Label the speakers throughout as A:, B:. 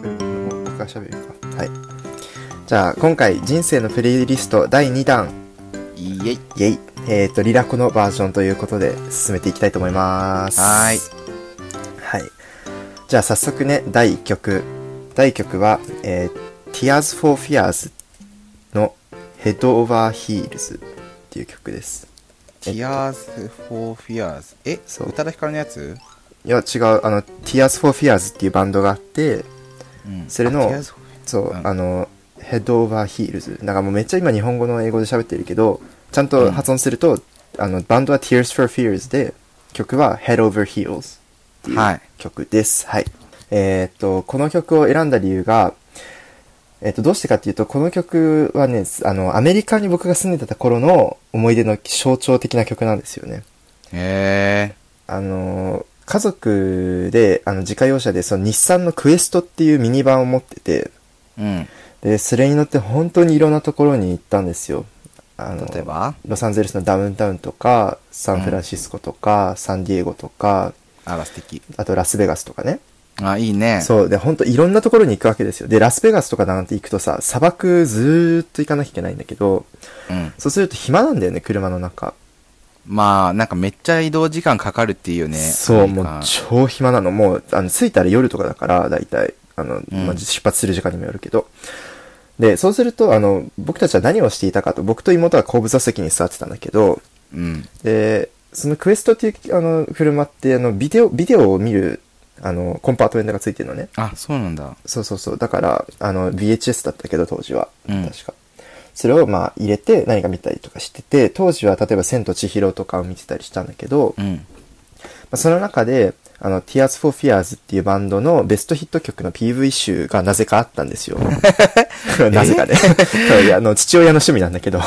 A: から喋るか
B: はい。じゃあ、今回、人生のプレイリスト第2弾、
C: イエイ。
B: イェイ。えっ、と、リラコのバージョンということで、進めていきたいと思います。
C: はーい。
B: はい。じゃあ、早速ね、第1曲。第1曲は、えー、Tears for Fears の Head Over Heels っていう曲です。
C: Tears for Fears。え、
B: そう
C: 宇多田ヒカルのやつ
B: いや、違う、あの、Tears for Fears っていうバンドがあって、
C: うん
B: それの
C: あ Tears for
B: そう、
C: うん
B: あの、ヘッドオーバーヒールズ。なんかもうめっちゃ今日本語の英語で喋ってるけど、ちゃんと発音すると、あの、バンドは Tears for Fears で、曲は Head Over Heels ってい
C: は
B: う
C: い
B: 曲です。はい。えーっと、この曲を選んだ理由が、えーっと、どうしてかっていうと、この曲はね、あの、アメリカに僕が住んでた頃の思い出の象徴的な曲なんですよね。
C: へ
B: あの、家族で、あの、自家用車で、その日産のクエストっていうミニバンを持ってて、
C: え。うん。
B: で、それに乗って本当にいろんなところに行ったんですよ。あの
C: 例えば
B: ロサンゼルスのダウンタウンとか、サンフランシスコとか、サンディエゴとか、
C: あら、素敵。
B: あとラスベガスとかね。
C: あ、いいね。う。
B: そう。で、本当いろんなところに行くわけですよ。で、ラスベガスとかなんて行くとさ、砂漠ずーっと行かなきゃいけないんだけど、
C: うん。
B: そうすると暇なんだよね、車の中。
C: まあ、なんかめっちゃ移動時間かかるっていうよね。
B: そう、もう
C: なんか
B: 超暇なの。もう、あの、着いたら夜とかだから、だいたい。あの、
C: ん
B: まあ、出発する時間にもよるけど。で、そうすると、あの、僕たちは何をしていたかと、僕と妹は後部座席に座ってたんだけど、
C: うん。
B: で、そのクエストっていう、あの、車って、あの、ビデオ、ビデオを見る、あの、コンパートメントがついてるのね。
C: あ、そうなんだ。
B: そうそうそう。だから、あの、VHS だったけど、当時は。
C: うん
B: 確か。それを、まあ、入れて、何か見たりとかしてて、当時は、例えば、千と千尋とかを見てたりしたんだけど、
C: うん。
B: まあ、その中で、あの、Tears for Fears っていうバンドのベストヒット曲の PV 集がなぜかあったんですよ。 なぜ かね。いやあの、父親の趣味なんだけど。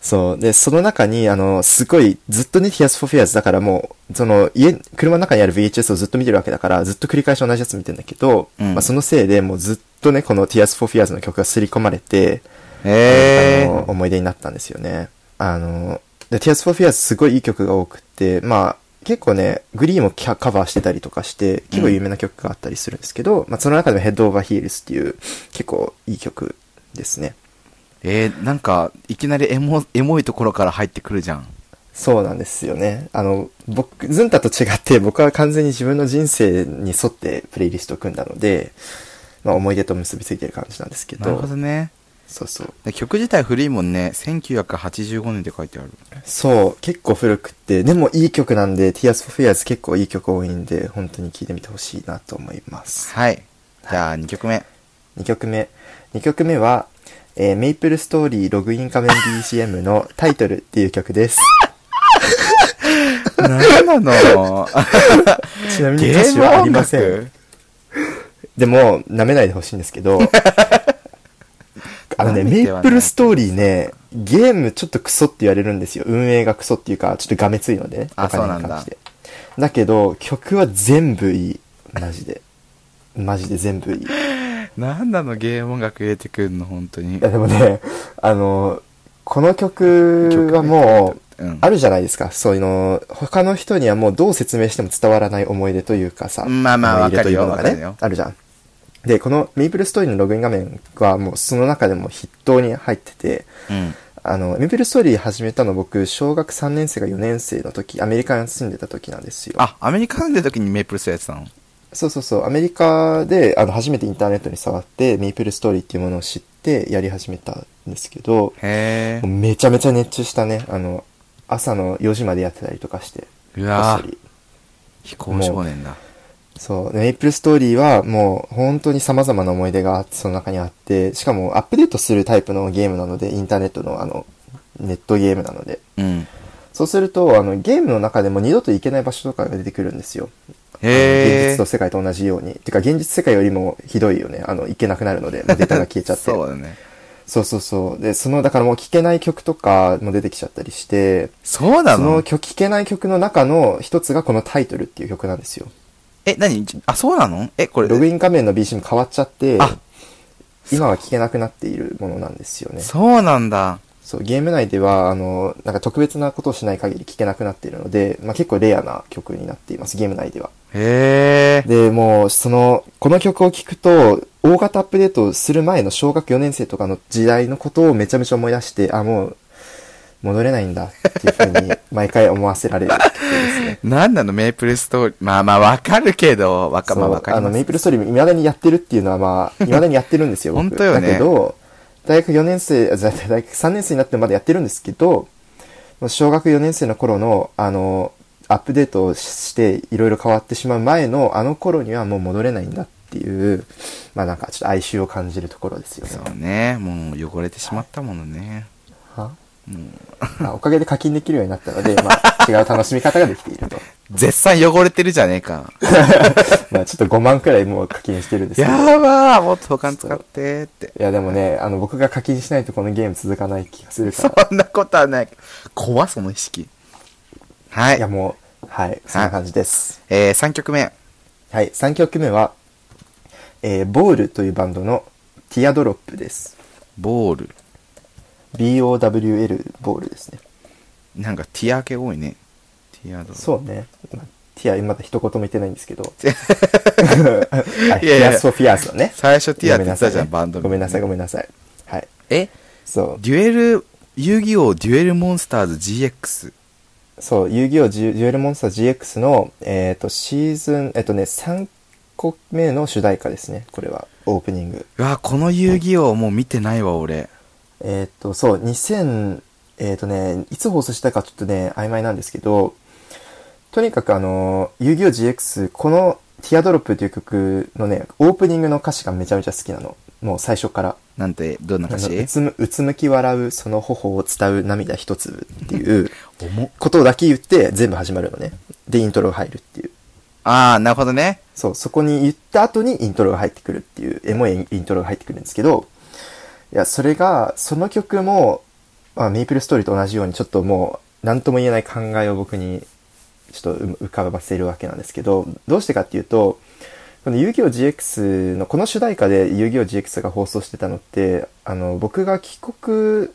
B: そう。で、その中に、あの、すごい、ずっとね、Tears for Fears だからもう、その、家、車の中にある VHS をずっと見てるわけだから、ずっと繰り返し同じやつ見てんだけど、
C: うん
B: まあ、そのせいでもうずっとね、この Tears for Fears の曲が刷り込まれて、
C: へえ
B: あ。の思い出になったんですよね。あの、で、Tears for Fears すごいいい曲が多くて、まあ、結構ね、グリーンもキャカバーしてたりとかして、結構有名な曲があったりするんですけど、まあ、その中でも Head Over Heels っていう、結構いい曲ですね。
C: えー、なんか、いきなりエモ、エモいところから入ってくるじゃん。
B: そうなんですよね。あの、僕、ズンタと違って、僕は完全に自分の人生に沿ってプレイリストを組んだので、まあ、思い出と結びついてる感じなんですけ
C: なる
B: ど、
C: ほどね。
B: そうそう。
C: で曲自体古いもんね。1985年って書いてある。
B: そう、結構古くって、でもいい曲なんで、Tears for Fears 結構いい曲多いんで、本当に聴いてみてほしいなと思います。
C: はい。じゃあ、2曲目。
B: 2曲目。2曲目は、えー、メイプルストーリーログイン仮面 BGM のタイトルっていう曲です。
C: 何な の
B: ちなみに
C: ゲ
B: 歌
C: ー
B: 詞
C: ム
B: はあ
C: 音
B: りませ
C: 楽
B: ん。でも、舐めないでほしいんですけ ど、あのね、
C: 舐め
B: メイ
C: てはな
B: プ
C: い
B: ルストーリーね、ゲームちょっとクソって言われるんですよ。運営がクソっていうか、ちょっとがめついのでね。
C: あ
B: お金に関
C: そうなんだ
B: してだけど、曲は全部いい。マジで。マジで全部いい。い
C: 何なのゲーム音楽入れてくんの本当に
B: や、でもね、 あの、この曲はもう、
C: うん
B: あるじゃないですか。そういうの、他の人にはもうどう説明しても伝わらない思い出というかさ。
C: まあまあ
B: 思い出というもの
C: わ
B: が
C: かるよ
B: ね
C: わかるよ
B: あるじゃん。で、このメイプルストーリーのログイン画面はもうその中でも筆頭に入ってて、
C: うん
B: あの、メイプルストーリー始めたの僕、小学3年生が4年生の時、アメリカに住んでた時なんですよ。
C: あアメリカ住んでる時にメープルストやってたの
B: そうそうそう、アメリカで、あの、初めてインターネットに触って、メイプルストーリーっていうものを知って、やり始めたんですけど、
C: へ
B: もうめちゃめちゃ熱中したね。あの、朝の4時までやってたりとかして。
C: えうわ
B: こっそ
C: ー
B: り
C: 非行少年だ
B: そう。メイプルストーリーはもう本当に様々な思い出がその中にあって、しかもアップデートするタイプのゲームなので、インターネットのあの、ネットゲームなので。
C: うん
B: そうすると、あの、ゲームの中でも二度と行けない場所とかが出てくるんですよ。
C: へえ
B: 現実と世界と同じように。てか、現実世界よりもひどいよね。あの、行けなくなるので、 もうデータが消えちゃって。
C: そうだね
B: そうそうそう。で、その、だからもう聴けない曲とかも出てきちゃったりして、
C: そうな
B: その
C: の
B: 曲、聴けない曲の中の一つがこのタイトルっていう曲なんですよ。
C: え何ちあそうなのえこれ
B: ログイン画面の BCM 変わっちゃって
C: あ、
B: 今は聴けなくなっているものなんですよね。
C: そうなんだ
B: そう、ゲーム内では、あの、なんか特別なことをしない限り聴けなくなっているので、まあ結構レアな曲になっています、ゲーム内では。
C: へえ。
B: で、もう、その、この曲を聴くと、大型アップデートする前の小学4年生とかの時代のことをめちゃめちゃ思い出して、あ、もう、戻れないんだっていうふうに、毎回思わせられる曲ですね。
C: なんなのメイプルストーリー。まあまあわかるけど、わか、まあ
B: そう
C: わかり
B: あの、
C: ま
B: メイ
C: す。
B: プルストーリー、未だにやってるっていうのは、 まあ、未だにやってるんですよ、僕
C: 本当よね
B: だけど、大学4年生、あじゃあ大学3年生になってまだやってるんですけど、小学4年生の頃の、あの、アップデートをして、いろいろ変わってしまう前の、あの頃にはもう戻れないんだっていう、まあなんか、ちょっと哀愁を感じるところですよね。
C: そうね。もう汚れてしまったものね。
B: は
C: もう
B: あおかげで課金できるようになったので、まあ、違う楽しみ方ができている と。
C: 絶賛汚れてるじゃねえか。
B: まあ、ちょっと5万くらいもう課金してるんですけど。
C: やばーもっと他に使ってって。
B: いやでもね、あの僕が課金しないとこのゲーム続かない気がするか
C: そ
B: ら。
C: んなことはない。怖その意識。はいい
B: や。もう、はい、そんな感じです。
C: えー、3曲目。
B: はい、3曲目は、えー、ボールというバンドのティアドロップです。
C: ボール。
B: BOWL ボールですね。
C: なんかティア系多いね。ティアドロップ
B: そうね。まあティア、まだ一言も言ってないんですけど。
C: テ
B: はい
C: いやいや
B: ティアス・フォー・フィアーズのね。
C: 最初ティアって言ってたじゃん、
B: ご
C: バンド名
B: めんなさいね、ごめんなさい、ごめんなさい。はい。
C: え
B: そう。
C: デュエル、遊戯王デュエルモンスターズ GX。
B: そう、遊戯王ジュデュエルモンスター GX の、えっ、と、シーズン、えっ、とね、3個目の主題歌ですね、これは、オープニング。
C: うわ、この遊戯王もう見てないわ、俺。
B: えっ、と、そう、2000、えっ、とね、いつ放送したかちょっとね、曖昧なんですけど、とにかくあの、遊戯王 GX、この、ティアドロップという曲のね、オープニングの歌詞がめちゃめちゃ好きなの。もう最初から。
C: なんて、どんな歌
B: あのう
C: 詞
B: つむうつむき笑う、その頬を伝う涙一粒っていう
C: 重っ
B: ことだけ言って全部始まるのね。で、イントロが入るっていう。
C: あー、なるほどね。
B: そう、そこに言った後にイントロが入ってくるっていう、エモいイントロが入ってくるんですけど、いや、それが、その曲も、まあ、メイプルストーリーと同じように、ちょっともう、なんとも言えない考えを僕に、ちょっと浮かばせるわけなんですけど、どうしてかっていうと、この遊戯王 GX の、この主題歌で遊戯王 GX が放送してたのって、あの、僕が帰国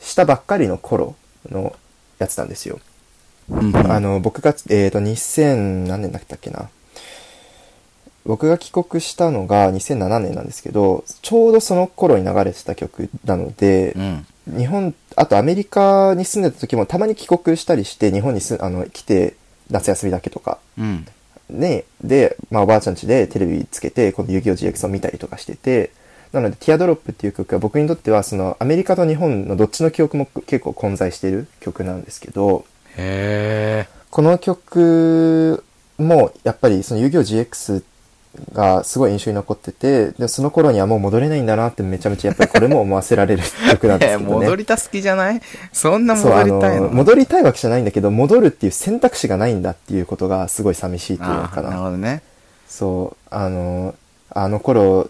B: したばっかりの頃のやつなんですよ。
C: うん、
B: あの、僕が、えっ、と、2000何年だったっけな。僕が帰国したのが2007年なんですけど、ちょうどその頃に流れてた曲なので
C: う、ん。
B: 日本、あとアメリカに住んでた時もたまに帰国したりして、日本にすあの来て、夏休みだけとか、
C: うん。
B: ね、で、まあ、おばあちゃん家でテレビつけて、この遊戯王 GX を見たりとかしてて、なので、ティアドロップっていう曲は僕にとっては、その、アメリカと日本のどっちの記憶も結構混在してる曲なんですけど、
C: へ
B: この曲もやっぱりその遊戯王 GX がすごい印象に残っててでその頃にはもう戻れないんだなってめちゃめちゃやっぱりこれも思わせられる曲なん
C: ー。
B: です
C: え
B: けどね。
C: 戻りた好きじゃないそんな
B: そう
C: 戻
B: あ
C: りたい
B: の
C: の
B: 戻りたいわけじゃないんだけど戻るっていう選択肢がないんだっていうことがすごい寂しいというの
C: あ
B: か
C: ーなる
B: な
C: ほどね。
B: そうあのあの頃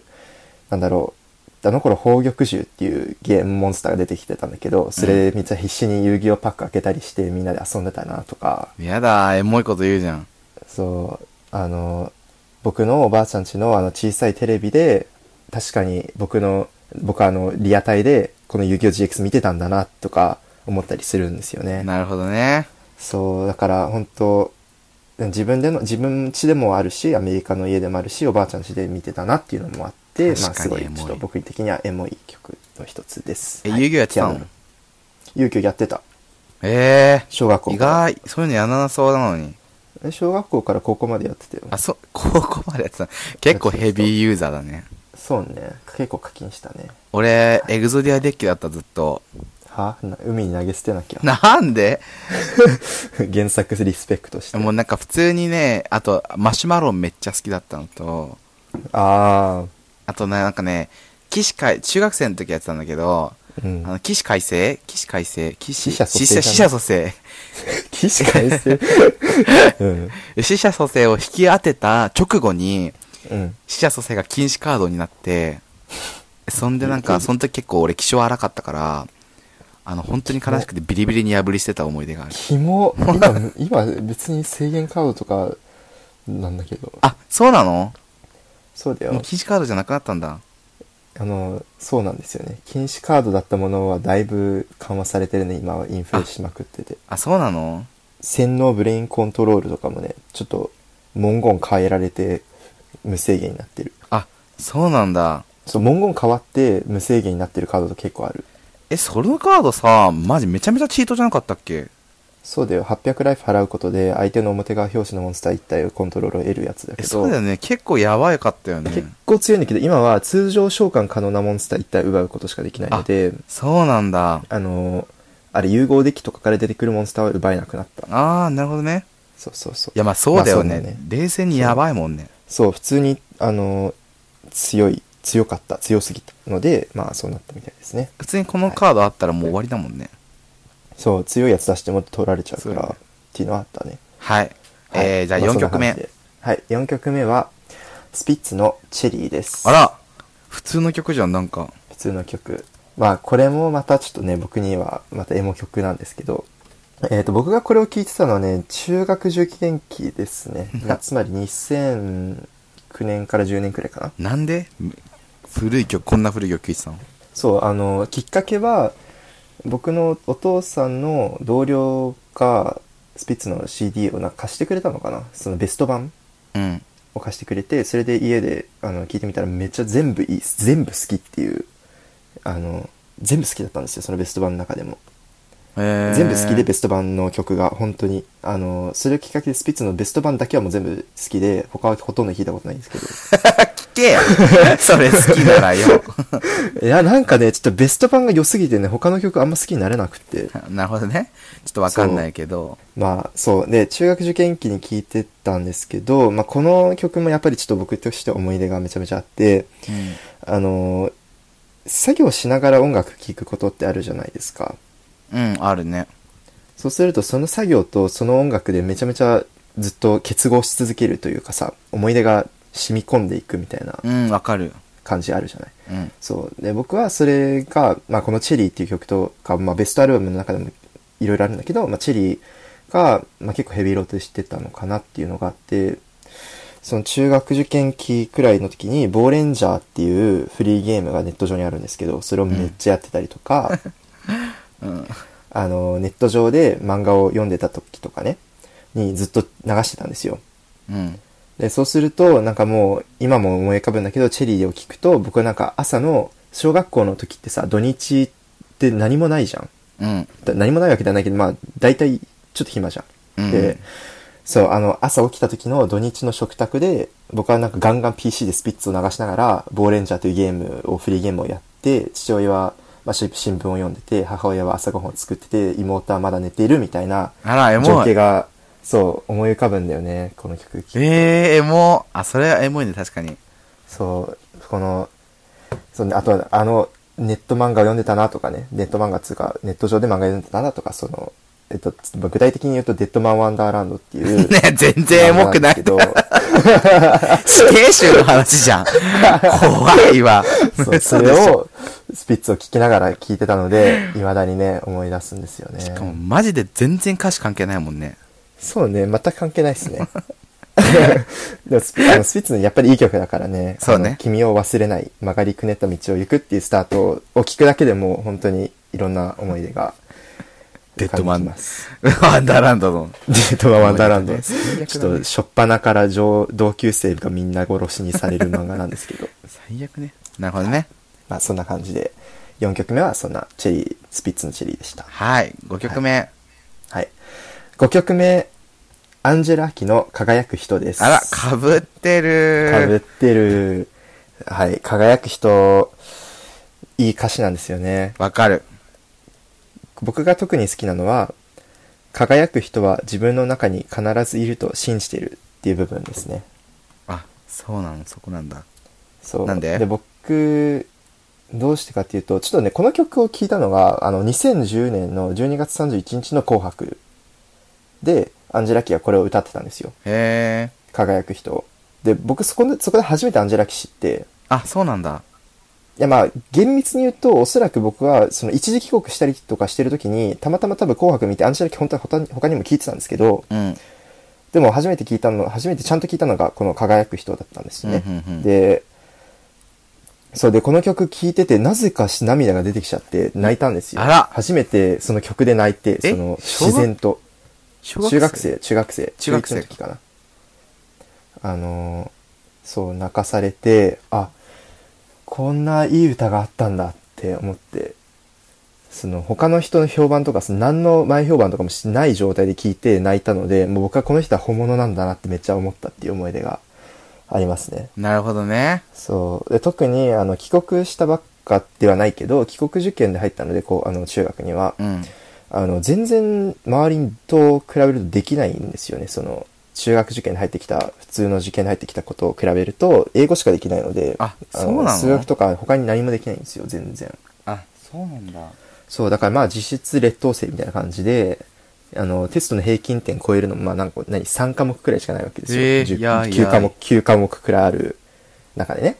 B: なんだろうあの頃宝玉獣っていうゲームモンスターが出てきてたんだけどそれめっちゃ必死に遊戯王パック開けたりしてみんなで遊んでたなとか、
C: やだー、エモいこと言うじゃん。
B: そうあの僕のおばあちゃんちのあの小さいテレビで確かに僕の僕はあのリアタイでこの遊戯王 GX 見てたんだなとか思ったりするんですよね
C: なるほどね。
B: そうだから本当自分での自分家でもあるしアメリカの家でもあるしおばあちゃん家で見てたなっていうのもあってまあ
C: 確か
B: す
C: に
B: ご
C: エ
B: い
C: モい
B: ちょっと僕的にはエモい曲の一つです
C: え、
B: はい
C: 遊戯王やって
B: テ
C: た
B: ィア
C: の
B: ド遊戯王やってた
C: え
B: 小学
C: ー。
B: 校
C: 意
B: から
C: 外、そういうのやらなそうなのに。
B: え小学校から高校までやってたよ
C: あ、そう、 高校までやってた。結構ヘビーユーザーだね。
B: そうね結構課金したね
C: 俺、エグゾディアデッキだった、ずっと。
B: はな海に投げ捨てなきゃ。
C: なんで
B: 原作リスペクトして。
C: もうなんか普通にね、あと、マシュマロンめっちゃ好きだったのと、
B: あ
C: あとね、なんかね、起死回、中学生の時やってたんだけ
B: あ。
C: ど、
B: うん
C: あ。の、起死回生起死回生起死、
B: 死者蘇生
C: 死
B: じゃな
C: 者
B: い
C: 死者蘇生。
B: 起死回 生。うん。
C: 死者蘇生を引き当てた直後に、
B: うん。
C: 死者蘇生が禁止カードになって、そんでなんか、その時結構俺気性荒かったから、あの、本当に悲しくてビリビリに破り捨てた思い出がある。
B: キモ。今、今別に制限カードとかなんだけど。
C: あ、そうなの
B: そうだ
C: も
B: よ
C: う。禁止カードじゃなくなったんだ。
B: あの、そうなんですよね。禁止カードだったものはだいぶ緩和されてるね。今はインフレしまくってて。
C: あ、そうなの
B: 洗脳ブレインコントロールとかもね、ちょっと文言変えられて無制限になってる。
C: あ、そうなんだ。
B: そう、文言変わって無制限になってるカードと結構ある。
C: え、そのカードさ、マジめちゃめちゃチートじゃなかったっけ
B: そうだよ、800ライフ払うことで相手の表側表紙のモンスター1体をコントロールを得るやつだけ
C: え、
B: ど。
C: そうだよね。結構やばいかったよ
B: 結
C: ね。
B: 構強いんだけど、今は通常召喚可能なモンスター1体奪うことしかできないので、
C: そうなんだ。
B: あの、あれ融合デッキとかから出てくるモンスターは奪えなくなった。
C: あー、なるほどね。
B: そうそうそう。
C: いや、まあそうだよ
B: ま
C: ね。
B: あそうだね
C: 冷静にやばいもんね。
B: そう、普通に、あの、強い、強かった、強すぎたので、まあそうなったみたいですね。
C: 普通にこのカードあったらもう終わりだもんね。
B: そう、強いやつ出しても取られちゃうか
C: そうだ
B: ら、
C: ね
B: っていうのはあったね。
C: はい。
B: はい
C: えー、じゃあ
B: まそ
C: 4曲
B: んな感じ
C: 目
B: で。はい、4曲目は、スピッツのチェリーです。
C: あら普通の曲じゃん、なんか。
B: 普通の曲。まあ、これもまたちょっとね、僕にはまたエモ曲なんですけど、えっ、と、僕がこれを聴いてたのはね、中学受験期ですね。がつまり2009年から10年くらいかな。
C: なんで古い曲、こんな古い曲聴いてたの
B: そう、あの、きっかけは、僕のお父さんの同僚が、スピッツの CD をなんか貸してくれたのかなそのベスト版
C: うん。
B: を貸してくれて、それで家で、あの、聞いてみたらめっちゃ全部いい、全部好きっていう、あの、全部好きだったんですよ、そのベスト版の中でも。
C: えー、
B: 全部好きでベスト版の曲が本当にあのそれをきっかけでスピッツのベスト版だけはもう全部好きで他はほとんど聞いたことないんですけど
C: 聞けよ それ好きならよ。
B: いやなんかねちょっとベスト版が良すぎてね他の曲あんま好きになれなくて
C: なるほどね。ちょっとわかんないけど。
B: まあそうで中学受験期に聴いてたんですけど、まあ、この曲もやっぱりちょっと僕としては思い出がめちゃめちゃあって
C: うん
B: あの作業しながら音楽聴くことってあるじゃないですか
C: うん、あるね。
B: そうするとその作業とその音楽でめちゃめちゃずっと結合し続けるというかさ思い出が染み込んでいくみたいな
C: うん、わかる。
B: 感じあるじゃない。
C: うん。
B: そうで僕はそれが、まあ、この「チェリー」っていう曲とか、まあ、ベストアルバムの中でもいろいろあるんだけど「まあ、チェリーが」まあ、結構ヘビーローテしてたのかなっていうのがあってその中学受験期くらいの時に「ボーレンジャー」っていうフリーゲームがネット上にあるんですけどそれをめっちゃやってたりとか、
C: うん。
B: あのネット上で漫画を読んでた時とかねにずっと流してたんですよ。
C: うん。
B: で、そうすると、なんかもう、今も思い浮かぶんだけど、チェリーを聞くと、僕はなんか朝の、小学校の時ってさ、土日って何もないじゃん。
C: うん。
B: だ何もないわけではないけど、まあ、大体、ちょっと暇じゃ。
C: うんん
B: で、そう、あの、朝起きた時の土日の食卓で、僕はなんかガンガン PC でスピッツを流しながら、ボーレンジャーというゲームを、フリーゲームをやって、父親は、まあ、し新聞を読んでて、母親は朝ごはんを作ってて、妹はまだ寝ているみたいな、
C: あら、エ
B: 情
C: モ
B: 景
C: い。
B: が、そう、思い浮かぶんだよね、この曲聴くと
C: えー、エモ。あ、それはエモいね、確かに。
B: そう、この、そうねあとは、あの、ネット漫画を読んでたなとかね、ネット漫画つうか、ネット上で漫画読んでたなとか、その、えっと、つ具体的に言うと、デッドマン・ワンダーランドっていう。
C: ね、全然エモくない
B: 漫。画んです
C: 死刑囚の話 じゃん。怖いわ。
B: けど、そうそれを、スピッツを聞きながら聞いてたので、未だにね、思い出すんですよね。
C: しかも、マジで全然歌詞関係ないもんね。
B: そうね、全く関係ないです ね。でもスピあのスピッツのやっぱりいい曲だからね、
C: そうね
B: あの君を忘れない、曲がりくねった道を行くっていうスタートを聞くだけでもう本当にいろんな思い出が
C: デッドマ
B: 浮かんでき
C: ン
B: ま。す
C: ワンダーランドの。
B: デッドマンワンダーランド。
C: ね
B: ち
C: 最悪だね
B: ょっと、しょっぱなから上同級生がみんな殺しにされる漫画なんですけど、
C: 最悪ね。なるほどね。
B: まあそんな感じで、4曲目はそんなチェリー、スピッツのチェリーでした。
C: はい、5曲目。
B: はい。5曲目、アンジェラ・アキの輝く人です。
C: あら、かぶってる。
B: かぶってる。はい。輝く人、いい歌詞なんですよね。
C: わかる。
B: 僕が特に好きなのは、輝く人は自分の中に必ずいると信じているっていう部分ですね。
C: あ、そうなの、そこなんだ。
B: そう。
C: なんで
B: 僕、どうしてかっていうと、ちょっとね、この曲を聴いたのが、あの、2010年の12月31日の紅白で、アンジェラ・キがこれを歌ってたんですよ。
C: へえ。
B: 輝く人を。で、僕そこで、そこで初めてアンジェラ・キ知って、
C: あ、そうなんだ。
B: いやまあ厳密に言うとおそらく僕はその一時帰国したりとかしてる時にたまたま多分「紅白」見てアンジェラ・キ本当は他に他にも聞いてたんですけど
C: うん。
B: でも初めて聞いたの初めてちゃんと聞いたのがこの「輝く人」だったんですよね、
C: うんうんうん
B: でそうでこの曲聴いててなぜかし涙が出てきちゃって泣いたんですよ
C: あら
B: 初めてその曲で泣いて
C: え
B: その
C: 小学
B: 自然と
C: 小
B: 中学生中学生
C: 中学生
B: 中一の時かなあのそう泣かされてあこんないい歌があったんだって思ってその他の人の評判とかその何の前評判とかもしない状態で聞いて泣いたのでもう僕はこの人は本物なんだなってめっちゃ思ったっていう思い出がありますね。
C: なるほどね。
B: そうで特にあの帰国したばっかではないけど帰国受験で入ったのでこうあの中学には、
C: うん。
B: あの全然周りと比べるとできないんですよねその中学受験に入ってきた普通の受験に入ってきたことを比べると英語しかできないので
C: あ
B: の
C: そうなの
B: 数学とか他に何もできないんですよ全然
C: あ、そうなんだ。
B: そうだからまあ実質劣等生みたいな感じであのテストの平均点超えるのもまあ何個何3科目くらいしかないわけですよ、
C: えー
B: 10
C: いやいや
B: 9科目9科目くらいある中でね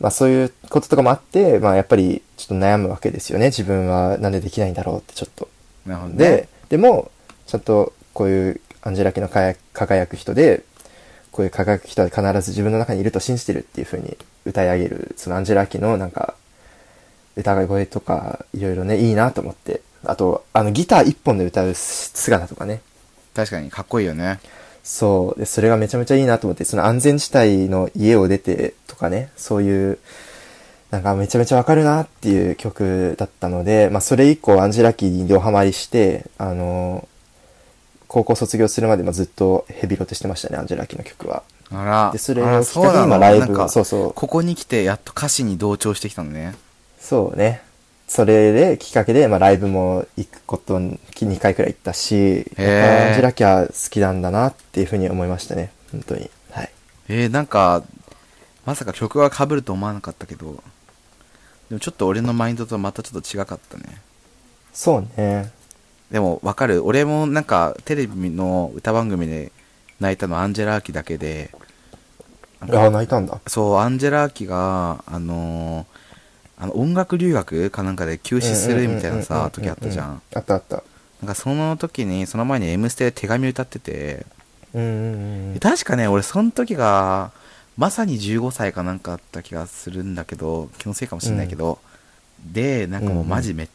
B: まあそういうこととかもあって、まあ、やっぱりちょっと悩むわけですよね自分はなんでできないんだろうってちょっと
C: なるほどね。
B: で、でも、ちゃんとこういうアンジェラ系の輝輝く人で、こういう輝く人は必ず自分の中にいると信じてるっていう風に歌い上げる、そのアンジェラ・アキのなんか、歌声とか、いろいろね、いいなと思って。あと、あの、ギター一本で歌う姿とかね。
C: 確かにかっこいいよね。
B: そう。で、それがめちゃめちゃいいなと思って、その安全地帯の家を出てとかね、そういう、なんかめちゃめちゃわかるなっていう曲だったので、まあそれ以降アンジェラキーにドハマりして、あの高校卒業するまでまあずっとヘビロテしてましたね、アンジェラキーの曲は。
C: あら。
B: で、それ
C: あ
B: を
C: ら
B: きっかけに今ライブを、そううそう、
C: ここに来てやっと歌詞に同調してきたのね。
B: そうね。それで、きっかけで、まあ、ライブも行くことに、2回くらい行ったし、
C: へー
B: やっぱアンジェラキャ好きなんだなっていうふうに思いましたね。本当に。はい。
C: えー、なんか、まさか曲が被ると思わなかったけど、でもちょっと俺のマインドとまたちょっと違かったね。
B: そうね。
C: でもわかる。俺もなんかテレビの歌番組で泣いたのアンジェラ・アキだけで、
B: ああ、泣いたんだ。
C: そう、アンジェラ・アキが、あのーあの音楽留学かなんかで休止するみたいなさ、時あったじゃん。。
B: あったあった。
C: なんかその時に、その前に M ステで手紙歌ってて、
B: うんうんうん。
C: 確かね、俺その時が、まさに15歳かなんかあった気がするんだけど、気のせいかもしれないけど、で、なんかもうマジめ、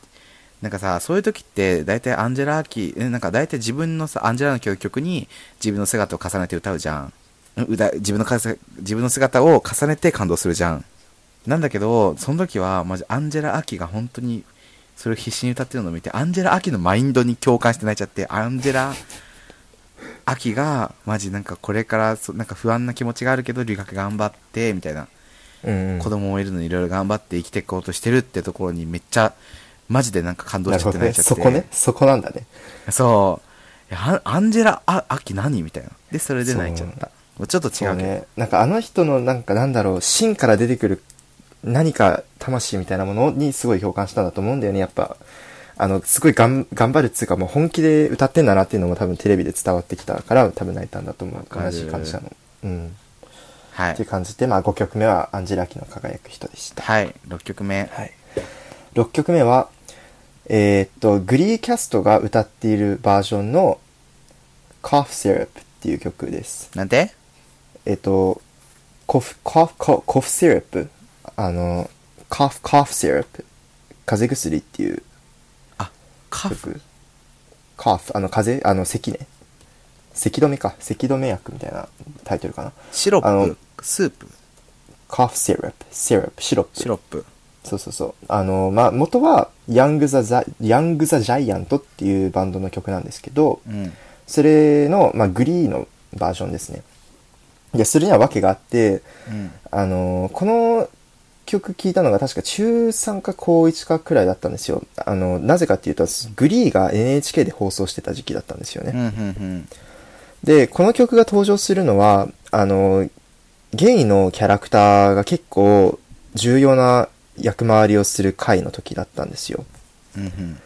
C: なんかさ、そういう時って、大体アンジェラ・アキ、えなんか大体自分のさ、アンジェラの曲曲に自分の姿を重ねて歌うじゃん。うん歌自分のかさ自分の姿を重ねて感動するじゃん。なんだけど、その時は、マジアンジェラ・アキが本当に、それを必死に歌ってるのを見て、アンジェラ・アキのマインドに共感して泣いちゃって、アンジェラ・秋がマジなんかこれからそなんか不安な気持ちがあるけど留学頑張ってみたいな、
B: うんうん
C: 子供もいるのにいろいろ頑張って生きていこうとしてるってところにめっちゃマジでなんか感動
B: な
C: し
B: る
C: ち
B: ほ
C: ゃって
B: ど
C: 泣
B: ね。
C: いちゃ
B: そ
C: って
B: こね。そこなんだね。
C: そういやアンアンジェラあ秋何みたいなでそれで泣いちゃったもうちょっと違うけ
B: そ
C: ど
B: うね。なんかあの人のなんかなんだろう、芯から出てくる何か魂みたいなものにすごい共感したんだと思うんだよね、やっぱ。あの、すごいがん頑張るっつうか、もう本気で歌ってんだなっていうのも多分テレビで伝わってきたから、多分泣いたんだと思う。
C: かる
B: 悲しい感じなの。うん。
C: は
B: ってい
C: いう
B: 感じで、まあ5曲目はアンジェラ・アキの輝く人でした。
C: はい6曲目
B: はい、6曲目は、えーっと、グリーキャストが歌っているバージョンの Cough Syrup っていう曲です。
C: なんて
B: えーっと、コフ、コフ、コフ、コフ syrup? あの、cough, cough syrup 風邪薬っていう
C: あカフ
B: 曲。cough, あの、風邪、あの、咳ね。咳止めか。咳止め薬みたいなタイトルかな。
C: シロ
B: あ
C: ッ
B: の
C: プスープ
B: cough syrup, syrup, シロップ。
C: シロップ
B: そうそうそう。あの、まあ、元は、ヤングザ・ザ・ヤング・ザ・ジャイアントっていうバンドの曲なんですけど、
C: うん
B: それの、まあ、グリーのバージョンですね。で、それには訳があって、
C: うん
B: あの、この曲聴いたのが確か中3か高1かくらいだったんですよ。あの、なぜかっていうと、グリーが NHK で放送してた時期だったんですよね。
C: うんうん
B: で、この曲が登場するのは、あの、ゲイのキャラクターが結構重要な役回りをする回の時だったんですよ。
C: うんうん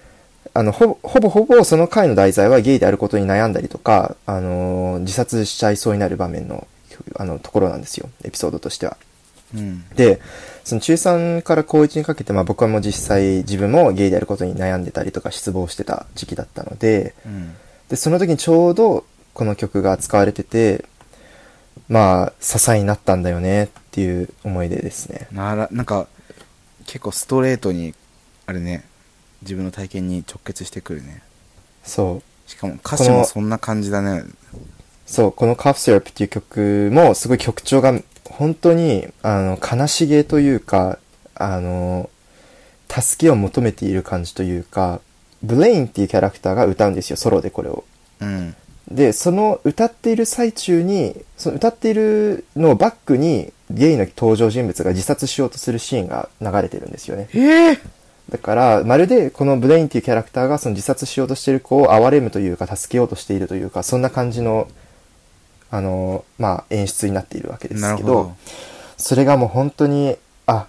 B: あの、ほほぼほぼその回の題材はゲイであることに悩んだりとか、あの、自殺しちゃいそうになる場面の、あの、ところなんですよ。エピソードとしては。
C: うん
B: で、その中3から高1にかけて、まあ僕はもう実際自分もゲイであることに悩んでたりとか失望してた時期だったので、
C: うん
B: でその時にちょうどこの曲が使われててまあ支えになったんだよねっていう思い出ですね
C: ならなんか結構ストレートにあれね自分の体験に直結してくるね
B: そう
C: しかも歌詞
B: こ
C: も
B: の
C: そんな感じだね
B: そう、このカフセラップっていう曲もすごい曲調が本当にあの悲しげというか、あの、助けを求めている感じというか、ブレインっていうキャラクターが歌うんですよ、ソロでこれを。
C: うん。
B: で、その歌っている最中に、その歌っているのをバックにゲイの登場人物が自殺しようとするシーンが流れてるんですよね。
C: ええ
B: だから、まるでこのブレインっていうキャラクターがその自殺しようとしている子を憐れむというか、助けようとしているというか、そんな感じの、あの、まあ、演出になっているわけです
C: なる
B: け
C: ほ
B: ど、
C: ど。
B: それがもう本当に、あ、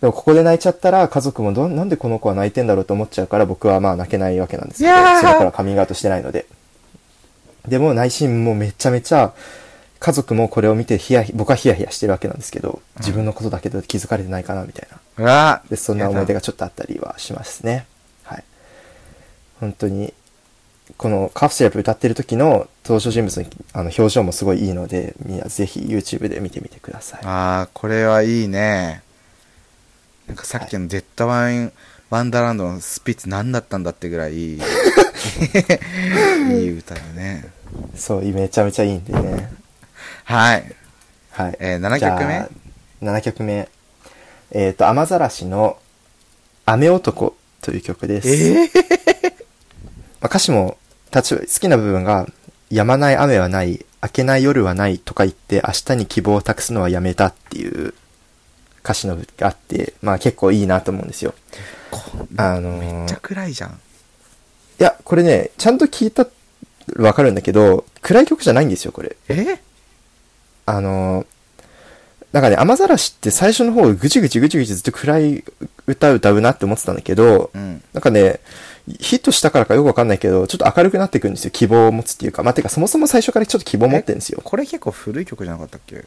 B: でもここで泣いちゃったら家族もどんなんでこの子は泣いてんだろうと思っちゃうから僕はまあ泣けないわけなんですけど、
C: いやー
B: その頃はカミングアウトしてないので。でも内心もうめちゃめちゃ家族もこれを見てヒヤヒ僕はヒヤヒヤしてるわけなんですけど、自分のことだけど気づかれてないかなみたいな。
C: うわ
B: で、そんな思い出
C: が。
B: がちょっとあったりはしますね。はい。本当に、このカフシラップ歌ってる時の登場人物のあの表情もすごいいいので、みんなぜひ YouTube で見てみてください。
C: ああ、これはいいね。なんかさっきの絶対ワイン、ワンダーランドのスピッツ何だったんだってぐら いいい、いい歌だね。
B: そう、めちゃめちゃいいんでね。
C: はい。
B: はい。
C: えー7曲目
B: じゃあ ?7 曲目。えっ、と、雨ざらしの雨男という曲です。
C: ええ
B: まあ、歌詞も立ち、好きな部分が、止まない雨はない、明けない夜はないとか言って、明日に希望を託すのはやめたっていう歌詞の部分があって、まあ結構いいなと思うんですよ。
C: こ
B: あのー
C: めっちゃ暗いじゃん。
B: いや、これね、ちゃんと聞いたらわかるんだけど、暗い曲じゃないんですよ、これ。
C: え
B: あの、なんかね、雨ざらしって最初の方ぐちぐちぐちぐちずっと暗い歌歌うなって思ってたんだけど、
C: うん。
B: なんかね、ヒットしたからかよくわかんないけど、ちょっと明るくなってくるんですよ。希望を持つっていうか。まあ、てかそもそも最初からちょっと希望を持ってるんですよ。
C: これ結構古い曲じゃなかったっけ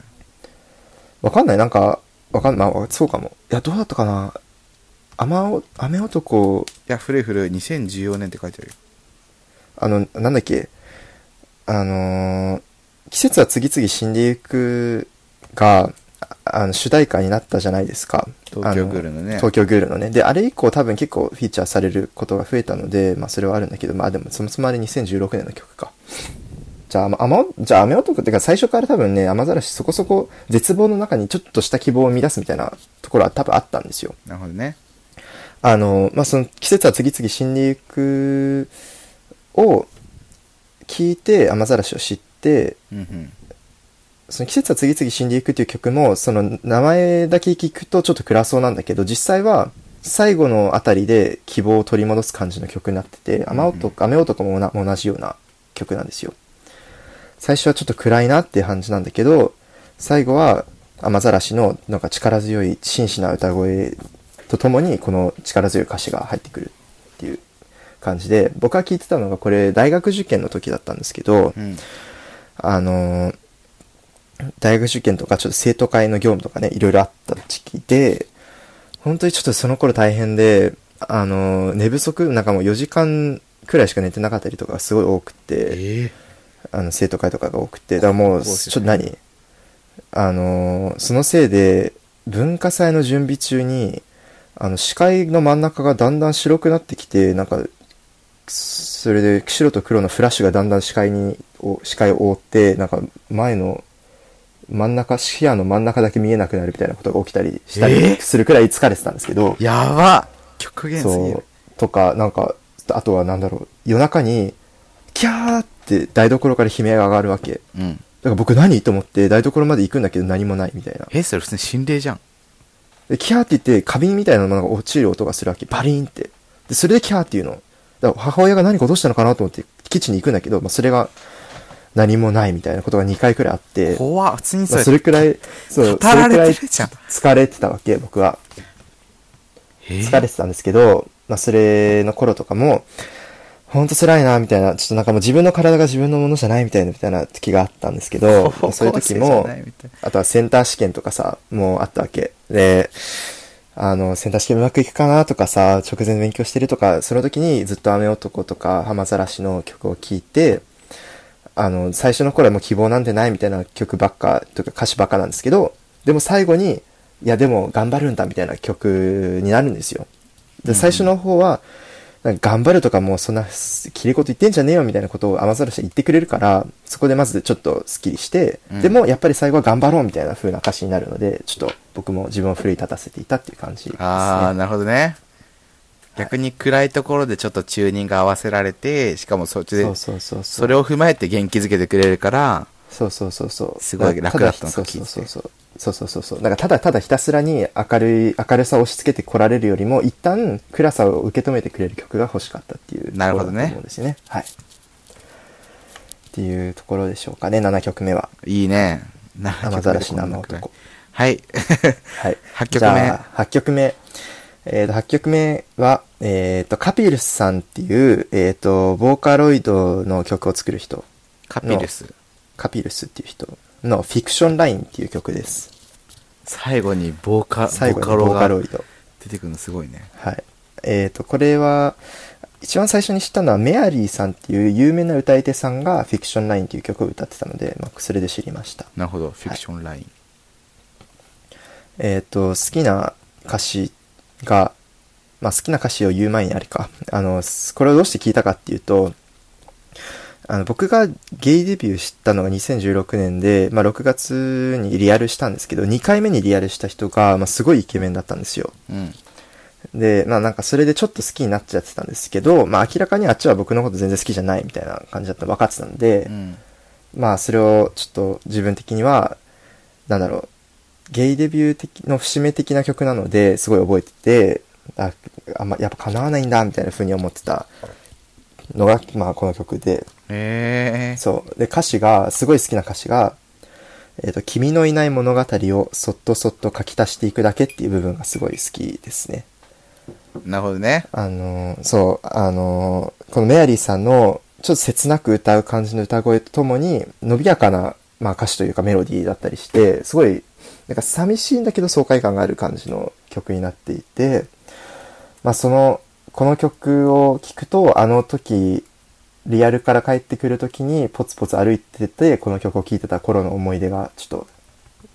B: わかんないなんか、わかんない。まあ、そうかも。いや、どうだったかな雨お、雨男、
C: いや、古い古い。2014年って書いてあるよ。
B: あの、なんだっけ、あのー季節は次々死んでいくが、ああの、主題歌になったじゃないですか。
C: 東京グールのね
B: あ東京グールのね。で、あれ以降多分結構フィーチャーされることが増えたので、まあそれはあるんだけど、まあでもそもそもあれ2016年の曲か。じゃあ、まあ雨お、じゃあ雨男ってか最初から多分ね、雨ざらしそこそこ絶望の中にちょっとした希望を見出すみたいなところは多分あったんですよ。
C: なるほどね。
B: あの、まあ、その季節は次々死んでいくを聞いて雨ざらしを知って、
C: うんうん。
B: その季節は次々死んでいくという曲も、その名前だけ聞くとちょっと暗そうなんだけど、実際は最後のあたりで希望を取り戻す感じの曲になってて、雨男、雨男もな同じような曲なんですよ。最初はちょっと暗いなっていう感じなんだけど、最後は雨ざらしのなんか力強い真摯な歌声とともにこの力強い歌詞が入ってくるっていう感じで、僕は聞いてたのがこれ大学受験の時だったんですけど、
C: うん。
B: あのー大学受験とか、ちょっと生徒会の業務とかね、いろいろあった時期で、本当にちょっとその頃大変で、あのー寝不足、なんかもう4時間くらいしか寝てなかったりとかすごい多くて、
C: え
B: あの、生徒会とかが多くて、だからもう、
C: 高校生
B: ちょっと何あのーそのせいで、文化祭の準備中に、あの、視界の真ん中がだんだん白くなってきて、なんか、それで白と黒のフラッシュがだんだん視界に、を視界を覆って、なんか前の真ん中、視野の真ん中だけ見えなくなるみたいなことが起きたりした
C: え
B: り
C: ー
B: するくらい疲れてたんですけど、
C: えやば極限すぎ
B: そ
C: る
B: う。。とか、なんか、あとはなんだろう、夜中に、キャーって台所から悲鳴が上がるわけ。だ
C: うん。
B: から僕何と思って台所まで行くんだけど何もないみたいな。
C: え、それ普通に心霊じゃん。
B: で、キャーって言って、花瓶みたいなものが落ちる音がするわけ。バリーンって。で、それでキャーっていうの。だから母親が何か落としたのかなと思って、キッチンに行くんだけど、まあ、それが何もないみたいなことが2回くらいあって、
C: 怖っ普通にそ
B: まあ、
C: れ。
B: それくらい、そう、
C: 語られてる
B: そく
C: じゃん
B: 疲れてたわけ、僕は。
C: え
B: 疲れてたんですけど、まあ、それの頃とかも、ほんと辛いな、みたいな、ちょっとなんかもう自分の体が自分のものじゃないみたいな、みたいな時があったんですけど、まあそういう時
C: 高校生
B: も
C: じゃないみたい、
B: あとはセンター試験とかさ、もうあったわけ。で、あの、センター試験うまくいくかなとかさ、直前勉強してるとか、その時にずっと雨男とか浜ざらしの曲を聴いて、あの、最初の頃はもう希望なんてないみたいな曲ばっか、というか歌詞ばっかなんですけど、でも最後に、いやでも頑張るんだみたいな曲になるんですよ。で、最初の方は、なんか頑張るとかもうそんなきれいこと言ってんじゃねえよみたいなことを雨ざらし言ってくれるから、そこでまずちょっとスッキリして、
C: うん
B: でもやっぱり最後は頑張ろうみたいな風な歌詞になるので、ちょっと僕も自分を奮い立たせていたっていう感じですね。
C: ああ、なるほどね。逆に暗いところでちょっとチューニング合わせられて、しかもそっちで、
B: そうそうそうそう。
C: それを踏まえて元気づけてくれるから、
B: そうそうそうそう。
C: すごい楽だったのか
B: そう
C: 聞い
B: そう
C: てて
B: そうそう。そうそうそうそう。なんかただただひたすらに明るい、明るさを押し付けてこられるよりも、一旦暗さを受け止めてくれる曲が欲しかったっていう
C: なるほどね
B: ところだと思うんですよね。はい。っていうところでしょうかね、7曲目は。
C: いいね。な
B: 雨ざらしの雨男。
C: はい。
B: はい。
C: 八曲目
B: じゃあ八曲目。えーと、8曲目は、えっ、と、カピルスさんっていう、えっ、と、ボーカロイドの曲を作る人、
C: カピルス。
B: カピルスっていう人のフィクションラインっていう曲です。
C: 最後にボーカ、
B: 最後
C: ボ
B: に
C: カロ
B: ボー
C: が
B: カロイド。
C: 出てくるのすごいね。
B: はい。えっ、と、これは、一番最初に知ったのはメアリーさんっていう有名な歌い手さんがフィクションラインっていう曲を歌ってたので、まあ、それで知りました。
C: なるほど、フィクションライン。
B: えっ、と、好きな歌詞が、まあ、好きな歌詞を言う前にあれか。あの、すこれをどうして聞いたかっていうと、あの、僕がゲイデビューしたのが2016年で、まあ、6月にリアルしたんですけど、2回目にリアルした人が、まあ、すごいイケメンだったんですよ。
C: うん。
B: で、まあなんかそれでちょっと好きになっちゃってたんですけど、まあ明らかにあっちは僕のこと全然好きじゃないみたいな感じだったの分かってたんで
C: う、ん。
B: まあそれをちょっと自分的には、なんだろう、ゲイデビュー的の節目的な曲なのですごい覚えてて、あ、あんまやっぱ叶わないんだみたいな風に思ってたのが、まあこの曲で、
C: えー。
B: そう。で、歌詞が、すごい好きな歌詞が、えっ、と、君のいない物語をそっとそっと書き足していくだけっていう部分がすごい好きですね。
C: なるほどね。
B: あのーそう、あのーこのメアリーさんの、ちょっと切なく歌う感じの歌声とともに、伸びやかな、まあ、歌詞というかメロディーだったりして、すごい、なんか寂しいんだけど爽快感がある感じの曲になっていて、まあ、その、この曲を聴くと、あの時、リアルから帰ってくる時に、ポツポツ歩いてて、この曲を聴いてた頃の思い出が、ちょっと、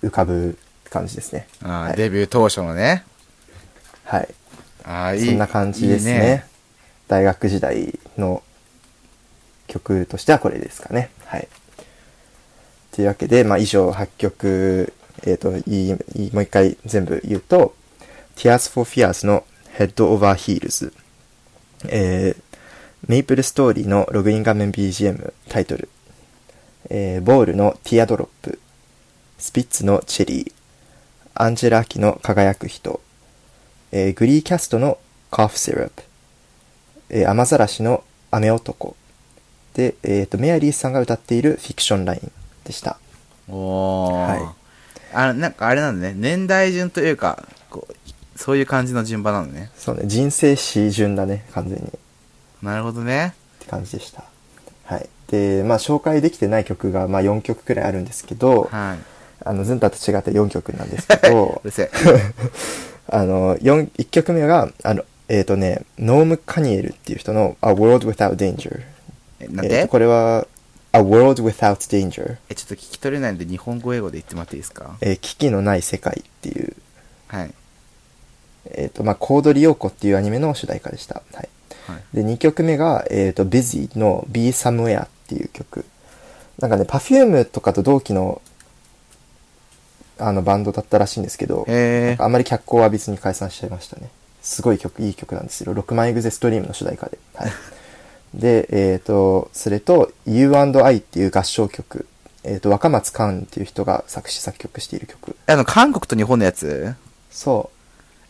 B: 浮かぶ感じですね。
C: あー
B: はい
C: デビュー当初のね。
B: はい。
C: ああ、いい。
B: そんな感じですね
C: いい
B: 大学時代の曲としてはこれですかねはいというわけで、まあ、以上8曲、えー、といいいいもう一回全部言うと「Tears for Fears」の「Head Over Heels」えーメイプルストーリーのログイン画面 BGM タイトル、えーボールのティアドロップ、スピッツのチェリー、アンジェラ・アキの輝く人、えーグリーキャストのカーフシロップ、えー雨ざらしの雨男、で、えーと、メアリーさんが歌っているフィクションラインでした。
C: おー。
B: はい
C: あなんかあれなんだね。年代順というか、こうそういう感じの順番なのね。
B: そうね、人生史順だね、完全に。
C: なるほどね。
B: って感じでした。はい。で、まあ、紹介できてない曲が、まあ、4曲くらいあるんですけど、
C: はい。
B: あの、ズンタと違って4曲なんですけど
C: うる、せえ。
B: あの、4 1曲目が、あの、えっ、とね、ノーム・カニエルっていう人の A World Without Danger。
C: えなん
B: えー
C: で
B: とこれは A World Without Danger。
C: え、ちょっと聞き取れないんで、日本語英語で言ってもらっていいですか
B: えー危機のない世界っていう、
C: はい。
B: えっ、と、まあ、コードリヨーコっていうアニメの主題歌でした。はい。
C: はい。
B: で、2曲目が、えっ、と、Busy の Be Somewhere っていう曲。なんかね、Perfume とかと同期の、あの、バンドだったらしいんですけど、
C: えー、
B: あんまり脚光を浴びずに解散しちゃいましたね。すごい曲、いい曲なんですよ。6万エグゼストリームの主題歌で。はい、で、えっ、と、それと、You&I っていう合唱曲。えっ、と、若松寛っていう人が作詞作曲している曲。
C: あの、韓国と日本のやつ
B: そ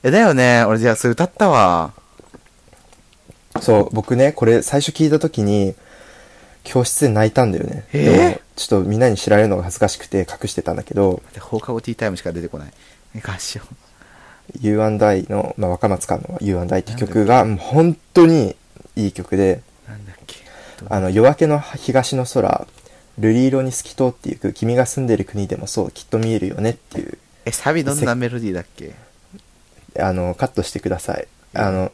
C: え、だよね。俺、じゃあ、それ歌ったわ。
B: う。そう、僕ね、これ最初聞いた時に、教室で泣いたんだよね。
C: えー
B: でもちょっとみんなに知られるのが恥ずかしくて隠してたんだけど、
C: で放課後ティータイムしか出てこない。え合唱。
B: U&I の、まあ、若松寛の U&I っていう曲が、もう本当にいい曲で、
C: なんだっけ。どう
B: あの、夜明けの東の空、瑠璃色に透き通ってゆく、君が住んでる国でもそう、きっと見えるよねっていう、
C: え、サビどんなメロディーだっけ
B: あの、カットしてください。あの、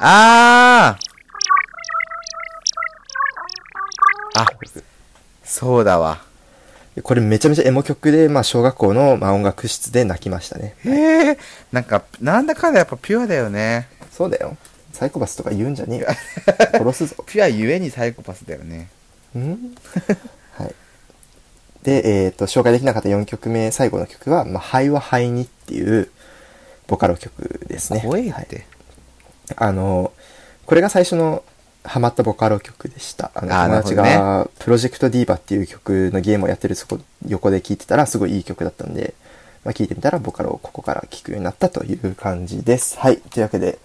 C: あーあそうだわ。
B: これめちゃめちゃエモ曲で、まあ、小学校の、まあ、音楽室で泣きましたね。
C: へえ、なんか、なんだかんだやっぱピュアだよね。
B: そうだよ。サイコパスとか言うんじゃねえよ。殺すぞ。
C: ピュアゆえにサイコパスだよね。
B: うん はい。で、えっ、と、紹介できなかった4曲目、最後の曲は、まあ、ハイはハイにっていう、ボカロ曲ですね。
C: 怖え
B: は
C: っ
B: い
C: て。
B: あの、これが最初のハマったボカロ曲でした。あの、
C: あー
B: 友達
C: なるほ
B: が、プロジェクトディーバっていう曲のゲームをやってるそこ、横で聴いてたら、すごいいい曲だったんで、まあ、聴いてみたら、ボカロをここから聴くようになったという感じです。はい。というわけで、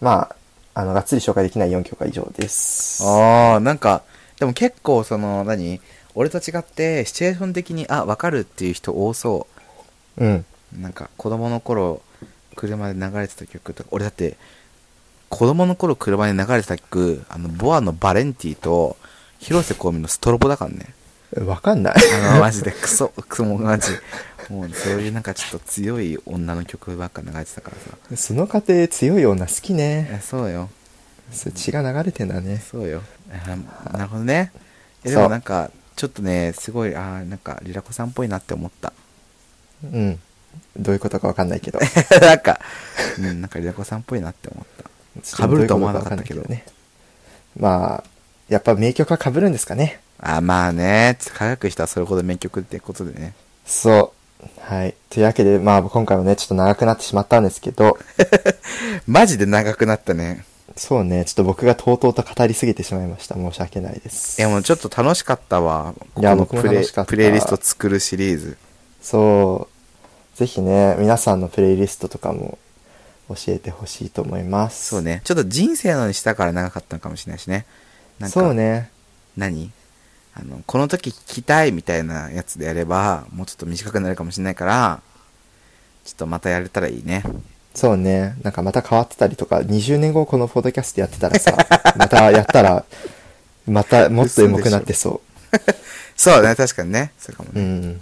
B: まあ、あの、がっつり紹介できない4曲は以上です。
C: ああ、なんか、でも結構その、何俺と違って、シチュエーション的に、あ、わかるっていう人多そ
B: うん。
C: う。なんか、子供の頃、車で流れてた曲とか、俺だって、子供の頃車で流れてた曲、あの、ボアのバレンティと、広瀬香美のストロボだからね。
B: わかんない。
C: あの、マジで、クソ、クソもうマジ。もう、そういうなんかちょっと強い女の曲ばっか流れてたからさ。
B: その過程強い女好きね。
C: えそうよ。
B: そう血が流れてんだね。
C: そうよ。あなるほどね。えで
B: そ
C: も
B: う
C: なんか、ちょっとね、すごい、あーなんか、リラコさんっぽいなって思った。
B: うん。どういうことかわかんないけど。
C: なんか、うん、なんかリラコさんっぽいなって思った。 被ると思わなかったけ
B: ちょ
C: ど
B: とどういうことかわかんないけどね。まあ、やっぱ名曲は被るんですかね。
C: あーまあね、輝く人はそれほど名曲ってことでね。
B: そう。はい。というわけで、まあ今回もね、ちょっと長くなってしまったんですけど、
C: マジで長くなったね。
B: そうね、ちょっと僕がとうとうと語りすぎてしまいました。申し訳ないです。
C: いや、もうちょっと楽しかったわ。こ
B: いや
C: の
B: 僕も
C: プレイ
B: 楽しかった
C: プレイリスト作るシリーズ。
B: そう。ぜひね、皆さんのプレイリストとかも教えてほしいと思います。
C: そう。ね。ちょっと人生のにしたから長かったのかもしれないしね。なんか
B: そうね。
C: 何あの、この時聞きたいみたいなやつでやれば、もうちょっと短くなるかもしれないから、ちょっとまたやれたらいいね。
B: そうね。なんかまた変わってたりとか、20年後このポッドキャストやってたらさ、 またやったら、またもっとエモくなってそ
C: そうだね、確かにね。そうかも
B: う。う
C: ね。
B: ん。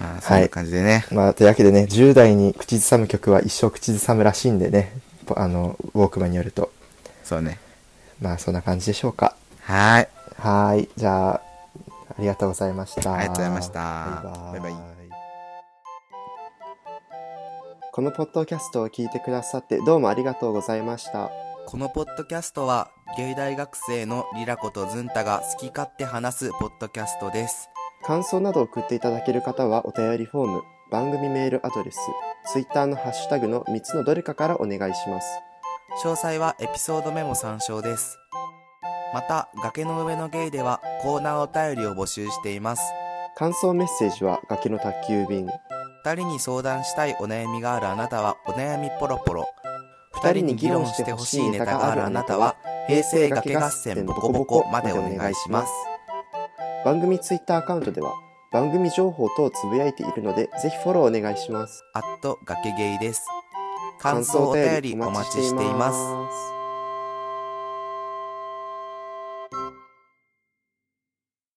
C: まあ、そんな感じでね。
B: まあ、というわけでね、10代に口ずさむ曲は一生口ずさむらしいんでね、ぽあの、ウォークマンによると。
C: そうね。
B: まあ、そんな感じでしょうか。
C: はーい。
B: はーい。じゃあ、ありがとうございました。
C: ありがとうございました
B: バイバイ。
C: バイバ
B: このポッドキャストを聞いてくださってどうもありがとうございました。
A: このポッドキャストは、ゲイ大学生のリラコとズンタが好き勝手話すポッドキャストです。
B: 感想などを送っていただける方はお便りフォーム、番組メールアドレス、ツイッターのハッシュタグの3つのどれかからお願いします。
A: 詳細はエピソードメモ参照です。また、崖の上のゲイではコーナーお便りを募集しています。
B: 感想メッセージは崖の宅急便。
A: 二人に相談したいお悩みがあるあなたはお悩みポロポロ。二人に議論してほしいネタがあるあなたは、平成崖合戦ボコボコまでお願いします。
B: 番組ツイッターアカウントでは番組情報等をつぶやいているのでぜひフォローお願いします
A: あっと崖ゲイです。感想お便りお待ちしています。
B: す